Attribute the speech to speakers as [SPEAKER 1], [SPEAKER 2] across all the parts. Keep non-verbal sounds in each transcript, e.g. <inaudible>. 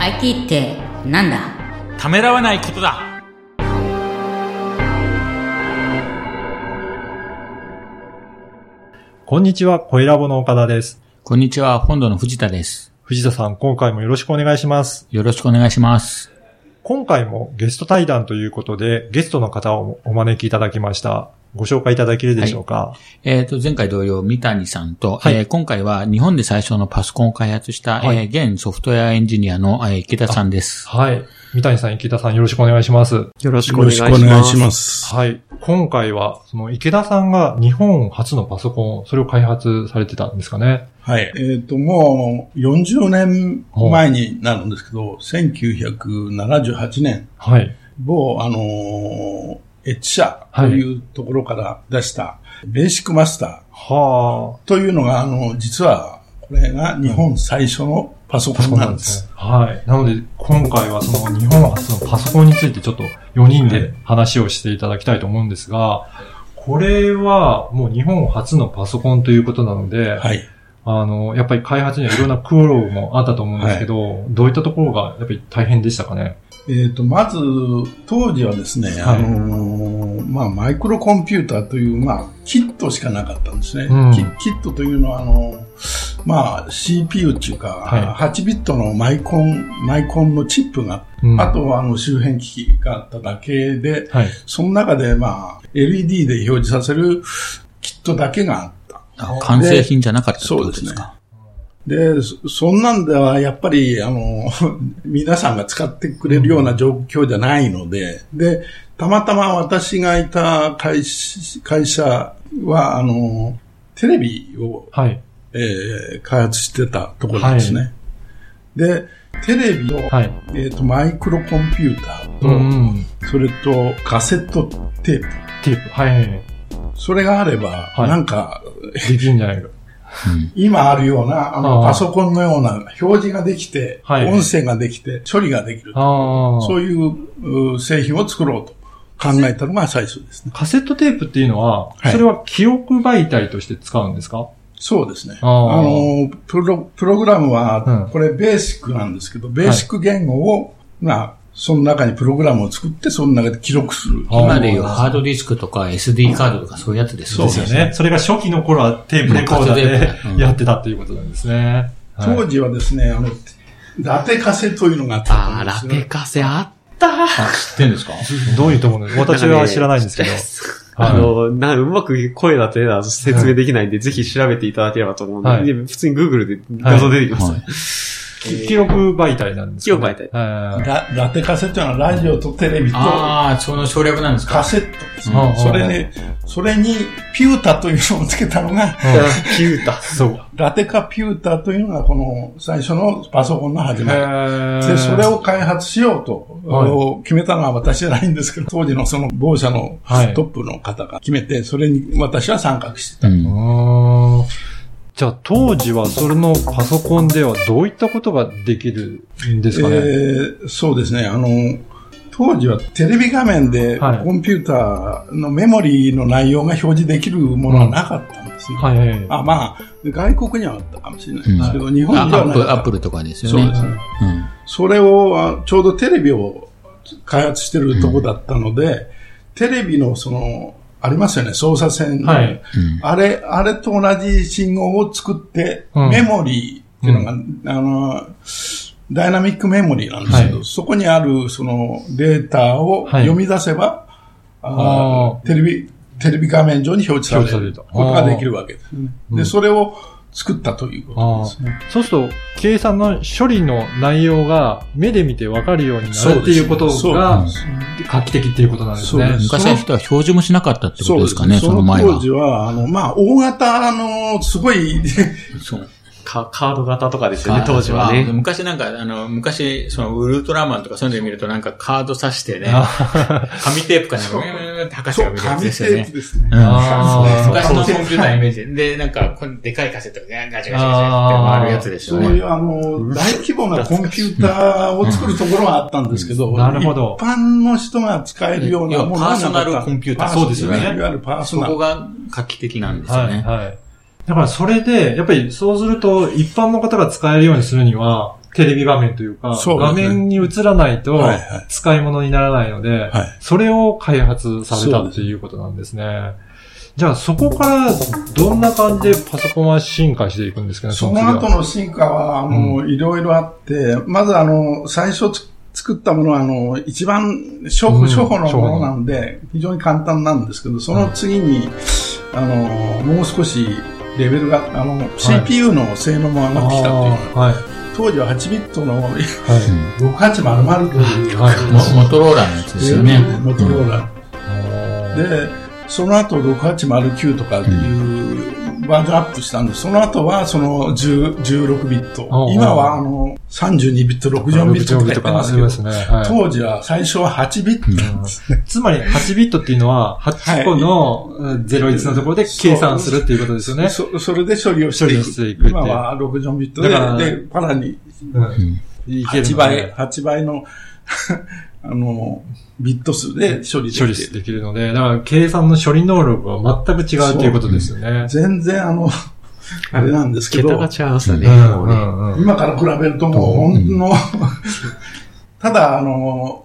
[SPEAKER 1] IT ってなんだ
[SPEAKER 2] ためらわないことだ
[SPEAKER 3] こんにちは、声ラボの岡田です。
[SPEAKER 2] こんにちは、本土の藤田です。
[SPEAKER 3] 藤田さん、今回もよろしくお願いします。
[SPEAKER 2] よろしくお願いします。
[SPEAKER 3] 今回もゲスト対談ということで、ゲストの方をお招きいただきました。ご紹介いただけるでしょうか、
[SPEAKER 2] えっ、と、前回同様、三谷さんと、
[SPEAKER 3] はい
[SPEAKER 2] えー今回は日本で最初のパソコンを開発した、
[SPEAKER 3] はい
[SPEAKER 2] えー現ソフトウェアエンジニアの、えー池田さんです。
[SPEAKER 3] はい、三谷さん、池田さん、よろしくお願いします。
[SPEAKER 4] よろし
[SPEAKER 5] よ
[SPEAKER 4] くお願
[SPEAKER 5] ろ
[SPEAKER 4] い
[SPEAKER 5] し
[SPEAKER 4] し
[SPEAKER 5] く
[SPEAKER 4] ま
[SPEAKER 5] お
[SPEAKER 4] す。
[SPEAKER 5] 願いします。
[SPEAKER 3] はい。今回は、その池田さんが日本初のパソコン、それを開発されてたんですかね。
[SPEAKER 5] はい。えっ、と、もう40年前になるんですけど、1978年、
[SPEAKER 3] はい。
[SPEAKER 5] 某、あのー、エッチ社というところから出した、ベーシックマスタ
[SPEAKER 3] は
[SPEAKER 5] ーというのが、あの、実は、これが日本最初のパソコ
[SPEAKER 3] あ。
[SPEAKER 5] ンなんです。。
[SPEAKER 3] はい。なので、今回はその日本初のパソコンについてちょっと4人で話をしていただきたいと思うんですが、これはもう日本初のパソコンということなので、
[SPEAKER 5] はい。
[SPEAKER 3] あの、やっぱり開発にはいろんな苦労もあったと思うんですけど、どういったところがやっぱり大変でしたかね。
[SPEAKER 5] えっ、と、まず、当時はですね、
[SPEAKER 3] はい
[SPEAKER 5] あのーまあ、マイクロコンピューターという、まあ、キットしかなかったんですね。
[SPEAKER 3] うん
[SPEAKER 5] キキットというのは、あのーまあ、CPU っていうか、
[SPEAKER 3] は
[SPEAKER 5] 8ビットのマイコン、マイコンのチップが、
[SPEAKER 3] うん
[SPEAKER 5] あとは、あの、周辺機器があっただけで、
[SPEAKER 3] はい。
[SPEAKER 5] その中で、まあ、LED で表示させるキットだけがあった。
[SPEAKER 2] あ完成品じゃなかったってこ
[SPEAKER 5] そ
[SPEAKER 2] と
[SPEAKER 5] うで
[SPEAKER 2] ですす
[SPEAKER 5] ね
[SPEAKER 2] か。。
[SPEAKER 5] で、そそんなんでは、やっぱり、あの、 <laughs> 皆さんが使ってくれるような状況じゃないので、で、たまたま私がいた会し会社は、あの、テレビを、
[SPEAKER 3] はい。
[SPEAKER 5] えー開発してたところなんですね。
[SPEAKER 3] は
[SPEAKER 5] で、テレビを、
[SPEAKER 3] はい。
[SPEAKER 5] えっ、と、マイクロコンピューターと、
[SPEAKER 3] うん。
[SPEAKER 5] それとカセットテープ。
[SPEAKER 3] テープ。はい。
[SPEAKER 5] それがあれば、
[SPEAKER 3] はい
[SPEAKER 5] なんか、
[SPEAKER 3] できるんじゃないか。
[SPEAKER 5] 今あるような、あ
[SPEAKER 3] あ
[SPEAKER 5] の、
[SPEAKER 3] あ
[SPEAKER 5] パソコンのような表示ができて、
[SPEAKER 3] はい
[SPEAKER 5] 音声ができて、処理ができる。
[SPEAKER 3] ああ。
[SPEAKER 5] そういうう製品を作ろうと考えたのが最初ですね。
[SPEAKER 3] カセットテープっていうのは、
[SPEAKER 5] はい
[SPEAKER 3] それは記憶媒体として使うんですか
[SPEAKER 5] そうですね。
[SPEAKER 3] あ
[SPEAKER 5] あ
[SPEAKER 3] あ
[SPEAKER 5] の、プロ、プログラム
[SPEAKER 3] う
[SPEAKER 5] は
[SPEAKER 3] ん、
[SPEAKER 5] これベーシックなんですけど、ベーシック言語を、まあ、その中にプログラムを作って、その中で記録する。
[SPEAKER 3] あー
[SPEAKER 2] 今でいうハードディスクとか SD カードとかそういうやつです
[SPEAKER 5] そう
[SPEAKER 3] ですよね。それが初期の頃はテープレコーダ
[SPEAKER 2] うんカセットテ
[SPEAKER 3] ー
[SPEAKER 2] ー
[SPEAKER 3] で <laughs>
[SPEAKER 2] プ
[SPEAKER 3] やってたっていうことなんですね。はい
[SPEAKER 5] 当時はですね、あの、ラテカセというのがあったと思う
[SPEAKER 4] あー、
[SPEAKER 5] んで
[SPEAKER 4] ラ
[SPEAKER 5] すよ
[SPEAKER 4] ペカセあっ
[SPEAKER 2] あ知ってんですか
[SPEAKER 3] どういうと思うの
[SPEAKER 4] た
[SPEAKER 3] 私は知らないんですけど。
[SPEAKER 4] どあの、な、うまく声だてだと説明できないんで、ぜひ調べていただければと思うんで、
[SPEAKER 3] はい
[SPEAKER 4] で普通に Google で画像出てきます。
[SPEAKER 2] はい
[SPEAKER 3] 記憶媒体なんですかね
[SPEAKER 4] 記憶媒体
[SPEAKER 5] <laughs>
[SPEAKER 3] はい
[SPEAKER 5] ララテカセというのはラジオとテレビと
[SPEAKER 2] ああ、その省略なんです
[SPEAKER 5] カ
[SPEAKER 2] か
[SPEAKER 5] セットです
[SPEAKER 3] うんうんう
[SPEAKER 5] ね
[SPEAKER 3] ん。
[SPEAKER 5] それね、それにピュータというのをつけたのが、
[SPEAKER 4] キュータ。
[SPEAKER 3] そう。
[SPEAKER 5] ラテカピュータというのがこの最初のパソコンの始まり。で、
[SPEAKER 3] で
[SPEAKER 5] それを、開発しようと、
[SPEAKER 3] はい
[SPEAKER 5] お決めたのは私じゃないんですけど、当時のその某社の
[SPEAKER 3] はい
[SPEAKER 5] トップの方が決めて、それに私は参画してた。
[SPEAKER 2] うん。
[SPEAKER 3] あーじゃあ当時はそれのパソコンではどういったことができるんですかね、
[SPEAKER 5] えーそうですね、あの、当時はテレビ画面で
[SPEAKER 3] はい
[SPEAKER 5] コンピューターのメモリーの内容が表示できるものはなかったんですね。
[SPEAKER 3] はいはい。
[SPEAKER 5] あまあ、外国にはあったかもしれないですけど、日
[SPEAKER 2] あ
[SPEAKER 5] 本で
[SPEAKER 2] ア
[SPEAKER 5] は
[SPEAKER 2] ッ
[SPEAKER 5] なかっ
[SPEAKER 2] プ、
[SPEAKER 5] た
[SPEAKER 2] アップルとかですよ
[SPEAKER 5] そう
[SPEAKER 2] ね。
[SPEAKER 5] ですね。
[SPEAKER 2] うん
[SPEAKER 5] それを、あちょうどテレビを開発してるとこだったので、テレビのその、ありますよね、操作線、
[SPEAKER 3] はい
[SPEAKER 2] うん
[SPEAKER 5] あれ、あれと同じ信号を作って、
[SPEAKER 3] うん
[SPEAKER 5] メモリーっていうのが、あの、ダイナミックメモリーなんですけど、
[SPEAKER 3] はい
[SPEAKER 5] そこにあるそのデータを
[SPEAKER 3] はい
[SPEAKER 5] 読み出せば、
[SPEAKER 3] あ
[SPEAKER 5] あーテレビ、テレビ画面上に表示され
[SPEAKER 3] 表示され
[SPEAKER 5] る
[SPEAKER 3] ると
[SPEAKER 5] ことができるわけですね。
[SPEAKER 3] うん
[SPEAKER 5] で、それを作ったということですね。
[SPEAKER 3] そうすると、計算の処理の内容が目で見てわかるようになるっていうこと
[SPEAKER 5] そう
[SPEAKER 3] が
[SPEAKER 5] です
[SPEAKER 3] 画期的っていうことなんです
[SPEAKER 5] そう
[SPEAKER 3] ね
[SPEAKER 5] で。す
[SPEAKER 2] 昔は人は表示もしなかったってことですかね、そ
[SPEAKER 5] そ
[SPEAKER 2] の
[SPEAKER 5] の
[SPEAKER 2] 前
[SPEAKER 5] 当
[SPEAKER 2] は
[SPEAKER 5] 時。は、あの、まあ、大型の、すごい、
[SPEAKER 2] そう
[SPEAKER 4] カカード型とかですよね、当時はね。
[SPEAKER 2] 昔なんか、あの、昔、その、ウルトラマンとかそういうので見るとなんかカード刺してね、 <laughs> 紙テープかなんか、うーんって博士
[SPEAKER 5] そ
[SPEAKER 2] が
[SPEAKER 5] う、
[SPEAKER 2] 見るや
[SPEAKER 5] 紙
[SPEAKER 2] つ
[SPEAKER 5] テ
[SPEAKER 2] ですよ
[SPEAKER 5] ープ
[SPEAKER 2] ね。
[SPEAKER 5] ですね。
[SPEAKER 2] うん
[SPEAKER 3] あー
[SPEAKER 2] 昔のコンピューターのイメージで、で、なんか、こんでかいカセットがガチャガチャガチャって回るやつです
[SPEAKER 5] そ
[SPEAKER 2] よ
[SPEAKER 5] うい
[SPEAKER 2] ね。
[SPEAKER 5] う、あの、大規模なコンピューターを作るところはあったんですけど、
[SPEAKER 3] うんなるほど
[SPEAKER 5] 一般の人が使えるようなものはなかっ
[SPEAKER 2] い
[SPEAKER 5] た
[SPEAKER 2] やパーソナルコンピューター
[SPEAKER 5] パソ
[SPEAKER 3] そうですよね
[SPEAKER 5] いわゆるパー
[SPEAKER 2] そ
[SPEAKER 5] ソナ
[SPEAKER 2] こ
[SPEAKER 5] ル。
[SPEAKER 2] が画期的なんですよね。
[SPEAKER 3] はい、はい。だからそれで、やっぱりそうすると、一般の方が使えるようにするには、テレビ画面というか、
[SPEAKER 5] そうです
[SPEAKER 3] 画
[SPEAKER 5] ね
[SPEAKER 3] 面に映らないと
[SPEAKER 5] はいはい
[SPEAKER 3] 使い物にならないので、
[SPEAKER 5] はい
[SPEAKER 3] それを開発されたっていうことなんですね。じゃあそこからどんな感じでパソコンは進化していくんですかね、
[SPEAKER 5] そ
[SPEAKER 3] 次
[SPEAKER 5] の
[SPEAKER 3] は
[SPEAKER 5] 後の進化は、あの、いろいろあって、まずあの、最初つ作ったものは、あの、一番初
[SPEAKER 3] うん
[SPEAKER 5] 歩、初歩のものなんで、非常に簡単なんですけど、その次に、あの、もう少しレベルが、あの、CPU の性能も上がってきたという、
[SPEAKER 3] あーはい。
[SPEAKER 5] 当時は8ビットの
[SPEAKER 3] はい。
[SPEAKER 5] 6800という、
[SPEAKER 3] はい
[SPEAKER 2] モモトローラのやつですよね。
[SPEAKER 5] モトローラ。
[SPEAKER 3] で、
[SPEAKER 5] で、その後6809とかっていうバージョンアップしたんで、その後はその10 16ビット
[SPEAKER 3] ああ。
[SPEAKER 5] 今はあの32ビット、64ビットとかやってますけ
[SPEAKER 3] あ
[SPEAKER 5] ど
[SPEAKER 3] り、ますね。は
[SPEAKER 5] 当時は最初は8ビットなんですね
[SPEAKER 3] い。。つまり8ビットっていうのは8個のうん01のところで計算するっていうことですよね。
[SPEAKER 5] そそれで処理をして
[SPEAKER 3] 処理
[SPEAKER 5] い
[SPEAKER 3] し
[SPEAKER 5] く。
[SPEAKER 3] ていくっていう
[SPEAKER 5] 今は64ビットで
[SPEAKER 3] だから、
[SPEAKER 5] で、さらに
[SPEAKER 3] うんいける
[SPEAKER 5] 8
[SPEAKER 3] の
[SPEAKER 5] 倍、
[SPEAKER 3] で
[SPEAKER 5] 8倍の、 <laughs> あの、ビット数で処理で
[SPEAKER 3] 処理
[SPEAKER 5] きてる。
[SPEAKER 3] できるので、だから計算の処理能力は全く違うということですよね。
[SPEAKER 5] 全然あの、あれなんですけど。
[SPEAKER 4] 桁が違いましたね。
[SPEAKER 3] うん
[SPEAKER 4] もう
[SPEAKER 3] う
[SPEAKER 4] ね
[SPEAKER 3] んうん
[SPEAKER 5] 今から比べるともうほんの、 <laughs> ただ、あの、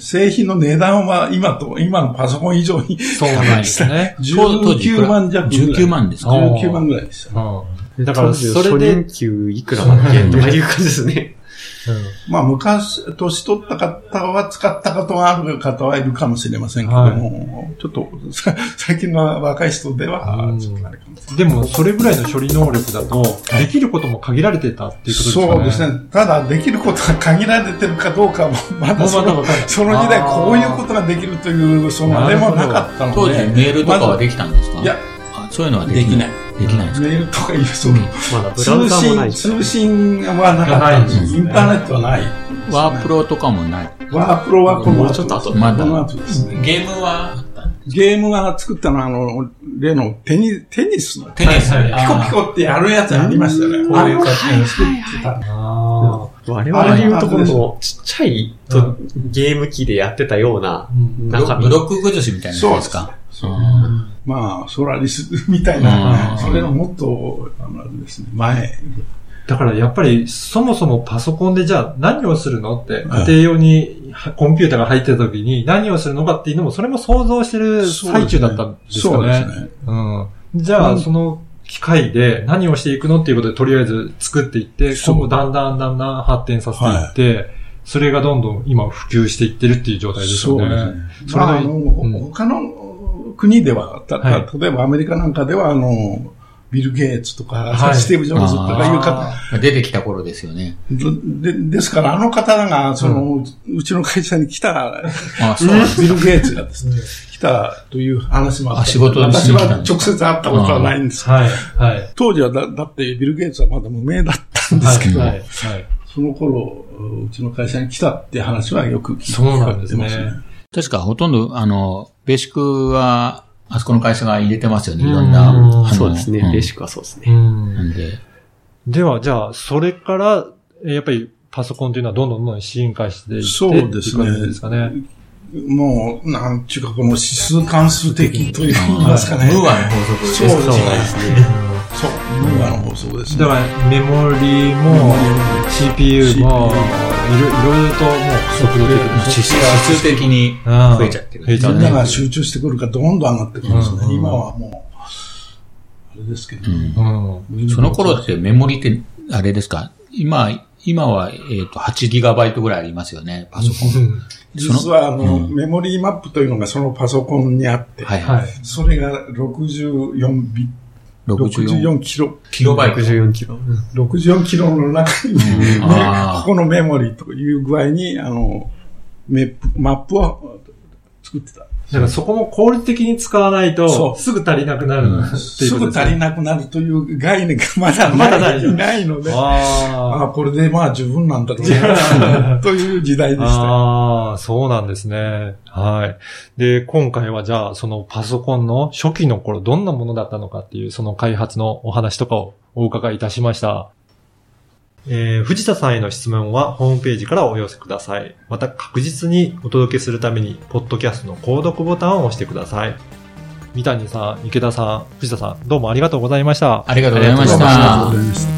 [SPEAKER 5] 製品の値段は今と、今のパソコン以上に
[SPEAKER 3] そうなんですね。
[SPEAKER 5] 19万弱ぐらい。
[SPEAKER 2] 19万です
[SPEAKER 3] あ
[SPEAKER 2] か
[SPEAKER 3] ー
[SPEAKER 5] 19万ぐらいでした。
[SPEAKER 3] うんだから、それ
[SPEAKER 4] 当時
[SPEAKER 3] で、
[SPEAKER 4] 初任給いくらだっけとかいう感じですね。
[SPEAKER 5] まあ昔、年取った方は使ったことがある方はいるかもしれませんけども、ちょっとさ最近の若い人で
[SPEAKER 3] う
[SPEAKER 5] は
[SPEAKER 3] ん、
[SPEAKER 5] ちょっとあれかもしれない。
[SPEAKER 3] でも、それぐらいの処理能力だと、
[SPEAKER 5] い
[SPEAKER 3] できることも限られてたっていうことですかね。
[SPEAKER 5] そうですね。ただ、できることが限られてるかどうかも、
[SPEAKER 3] も
[SPEAKER 5] まだ
[SPEAKER 3] うま
[SPEAKER 5] そ
[SPEAKER 3] だ
[SPEAKER 5] の
[SPEAKER 3] わかんない。
[SPEAKER 5] その時代、
[SPEAKER 3] あー
[SPEAKER 5] こういうことができるという、そのあれもなかったので。
[SPEAKER 2] 当時メールとかはできたんですか
[SPEAKER 5] いや、
[SPEAKER 2] あそういうのはできない。できないんですか
[SPEAKER 5] メールとかいう、その、
[SPEAKER 4] まだブラウ
[SPEAKER 5] 通
[SPEAKER 4] ザーもな
[SPEAKER 5] 信、
[SPEAKER 4] いし。
[SPEAKER 5] 通信はなかったんです。インターネットはない。
[SPEAKER 2] ワープロとかもない。
[SPEAKER 5] ワープロはこの
[SPEAKER 4] もうちょっと後
[SPEAKER 2] まだ
[SPEAKER 5] この後ですね。
[SPEAKER 2] ゲームは
[SPEAKER 5] ゲームが作ったのは、あの、例のテニテニスの、ピ
[SPEAKER 2] テニス。
[SPEAKER 3] はいはい
[SPEAKER 5] コピコってやるやつありましたよね。あれを作ってた。
[SPEAKER 3] あ
[SPEAKER 4] 我々でいうところのちっちゃいとゲーム機でやってたような
[SPEAKER 3] あ。うん
[SPEAKER 4] 中身
[SPEAKER 2] ブロック崩しみたいなやつですか
[SPEAKER 5] まあ、ソラリスみたい
[SPEAKER 2] うん
[SPEAKER 5] な、それのもっと、あの、あれですね、前。
[SPEAKER 3] だからやっぱりそもそもパソコンでじゃあ何をするのって
[SPEAKER 5] ん
[SPEAKER 3] 家庭用にはコンピューターが入ってた時に何をするのかっていうのもそれも想像してる最中だったんですかね。
[SPEAKER 5] そうですね。
[SPEAKER 3] うん。じゃ
[SPEAKER 5] う
[SPEAKER 3] あ
[SPEAKER 5] ん
[SPEAKER 3] その機械で何をしていくのっていうことでとりあえず作っていって、
[SPEAKER 5] そう
[SPEAKER 3] 今後だんだんだんだん発展させていって、それがどんどん今普及していってるっていう状態ですよ
[SPEAKER 5] そ
[SPEAKER 3] ね。
[SPEAKER 5] うですね。
[SPEAKER 3] それ
[SPEAKER 5] ま
[SPEAKER 3] が
[SPEAKER 5] あ、あの、
[SPEAKER 3] ん
[SPEAKER 5] 他の国では、たた
[SPEAKER 3] は
[SPEAKER 5] 例えばアメリカなんかでは、あの、ビル・ゲイツとか、
[SPEAKER 3] はい
[SPEAKER 5] スティーブ・ジョブズとかいう方、
[SPEAKER 3] あ
[SPEAKER 2] 出てきた頃ですよね。
[SPEAKER 5] でですから、あの方が、その、うちの会社に来た、
[SPEAKER 2] あ、そうなんです
[SPEAKER 5] ビル・ゲイツがですね、来たという話もあった。
[SPEAKER 2] あ仕事に
[SPEAKER 5] 私
[SPEAKER 2] 来た
[SPEAKER 5] は
[SPEAKER 2] んだ
[SPEAKER 5] 直接会ったことはないんです
[SPEAKER 3] ーはい、はい。
[SPEAKER 5] 当時はだ、だってビル・ゲイツはまだ無名だったんですけど、
[SPEAKER 3] はい、はいはい。
[SPEAKER 5] その頃、うちの会社に来たって話はよく聞いて
[SPEAKER 3] そうなんですね
[SPEAKER 5] 聞かれてま
[SPEAKER 2] 確かほとんど、あの、ベーシックは、あそこの会社が入れてますよね。いろん
[SPEAKER 3] うん
[SPEAKER 2] な。あの
[SPEAKER 4] そうですね。
[SPEAKER 2] ん
[SPEAKER 4] ベーシックはそうです
[SPEAKER 3] う
[SPEAKER 4] ね。
[SPEAKER 3] ん
[SPEAKER 2] なんで、
[SPEAKER 3] では、じゃあ、それから、えーやっぱりパソコンというのはどんどんどんどん進化していって、
[SPEAKER 5] そうですね
[SPEAKER 3] っていう感じですかね。
[SPEAKER 5] もう、なんちゅうか、この指数関数的と言いますかね。
[SPEAKER 2] ムーアの法則です
[SPEAKER 5] そうですね。そう、ムーアの法則ですね。
[SPEAKER 3] だから、メモリーも、CPU も、いろいろいろともう速度的に
[SPEAKER 2] 指数的に増えちゃってる。
[SPEAKER 3] 増えちゃ
[SPEAKER 5] み
[SPEAKER 3] うん
[SPEAKER 5] なが集中してくるからどんどん上がってくるんですね。
[SPEAKER 3] うんうん
[SPEAKER 5] 今はもう、あれですけど、
[SPEAKER 2] うん
[SPEAKER 3] うん。
[SPEAKER 2] その頃ってメモリって、あれですか今、今は、えっ、と、8GB ぐらいありますよね、パソコン。
[SPEAKER 5] 実はあの、
[SPEAKER 2] うん
[SPEAKER 5] メモリーマップというのがそのパソコンにあって、
[SPEAKER 2] はいは。
[SPEAKER 3] はいい。
[SPEAKER 5] それが64ビ
[SPEAKER 2] 64
[SPEAKER 5] 64キロ、
[SPEAKER 2] キロバイト。
[SPEAKER 4] 64キロ。
[SPEAKER 5] 64キロの中に、ね
[SPEAKER 2] あー
[SPEAKER 5] ここのメモリーという具合に、あの、メップマップを作ってた。
[SPEAKER 3] だからそこも効率的に使わない
[SPEAKER 5] そ
[SPEAKER 3] と、
[SPEAKER 5] う
[SPEAKER 3] すぐ足りなくなる
[SPEAKER 2] うん
[SPEAKER 3] ってい
[SPEAKER 5] す
[SPEAKER 3] うこと
[SPEAKER 5] ぐ
[SPEAKER 3] です
[SPEAKER 5] 足り
[SPEAKER 3] ね。
[SPEAKER 5] なくなるという概念が <laughs> まだない,、
[SPEAKER 3] まだない
[SPEAKER 5] ないので、あ
[SPEAKER 3] あ
[SPEAKER 5] あ、これでまあ十分なんだろうな、という時代
[SPEAKER 3] ー
[SPEAKER 5] でした。
[SPEAKER 3] あー、そうなんですね。はい。で、今回はじゃあ、そのパソコンの初期の頃、どんなものだったのかっていう、その開発のお話とかをお伺いいたしました。えー藤田さんへの質問はホームページからお寄せください。また確実にお届けするために、ポッドキャストの購読ボタンを押してください。三谷さん、池田さん、藤田さん、どうもありがとうございました。
[SPEAKER 2] ありがとうございま
[SPEAKER 5] ど
[SPEAKER 2] し
[SPEAKER 5] うもありがとう
[SPEAKER 2] た
[SPEAKER 5] ご。ざいました。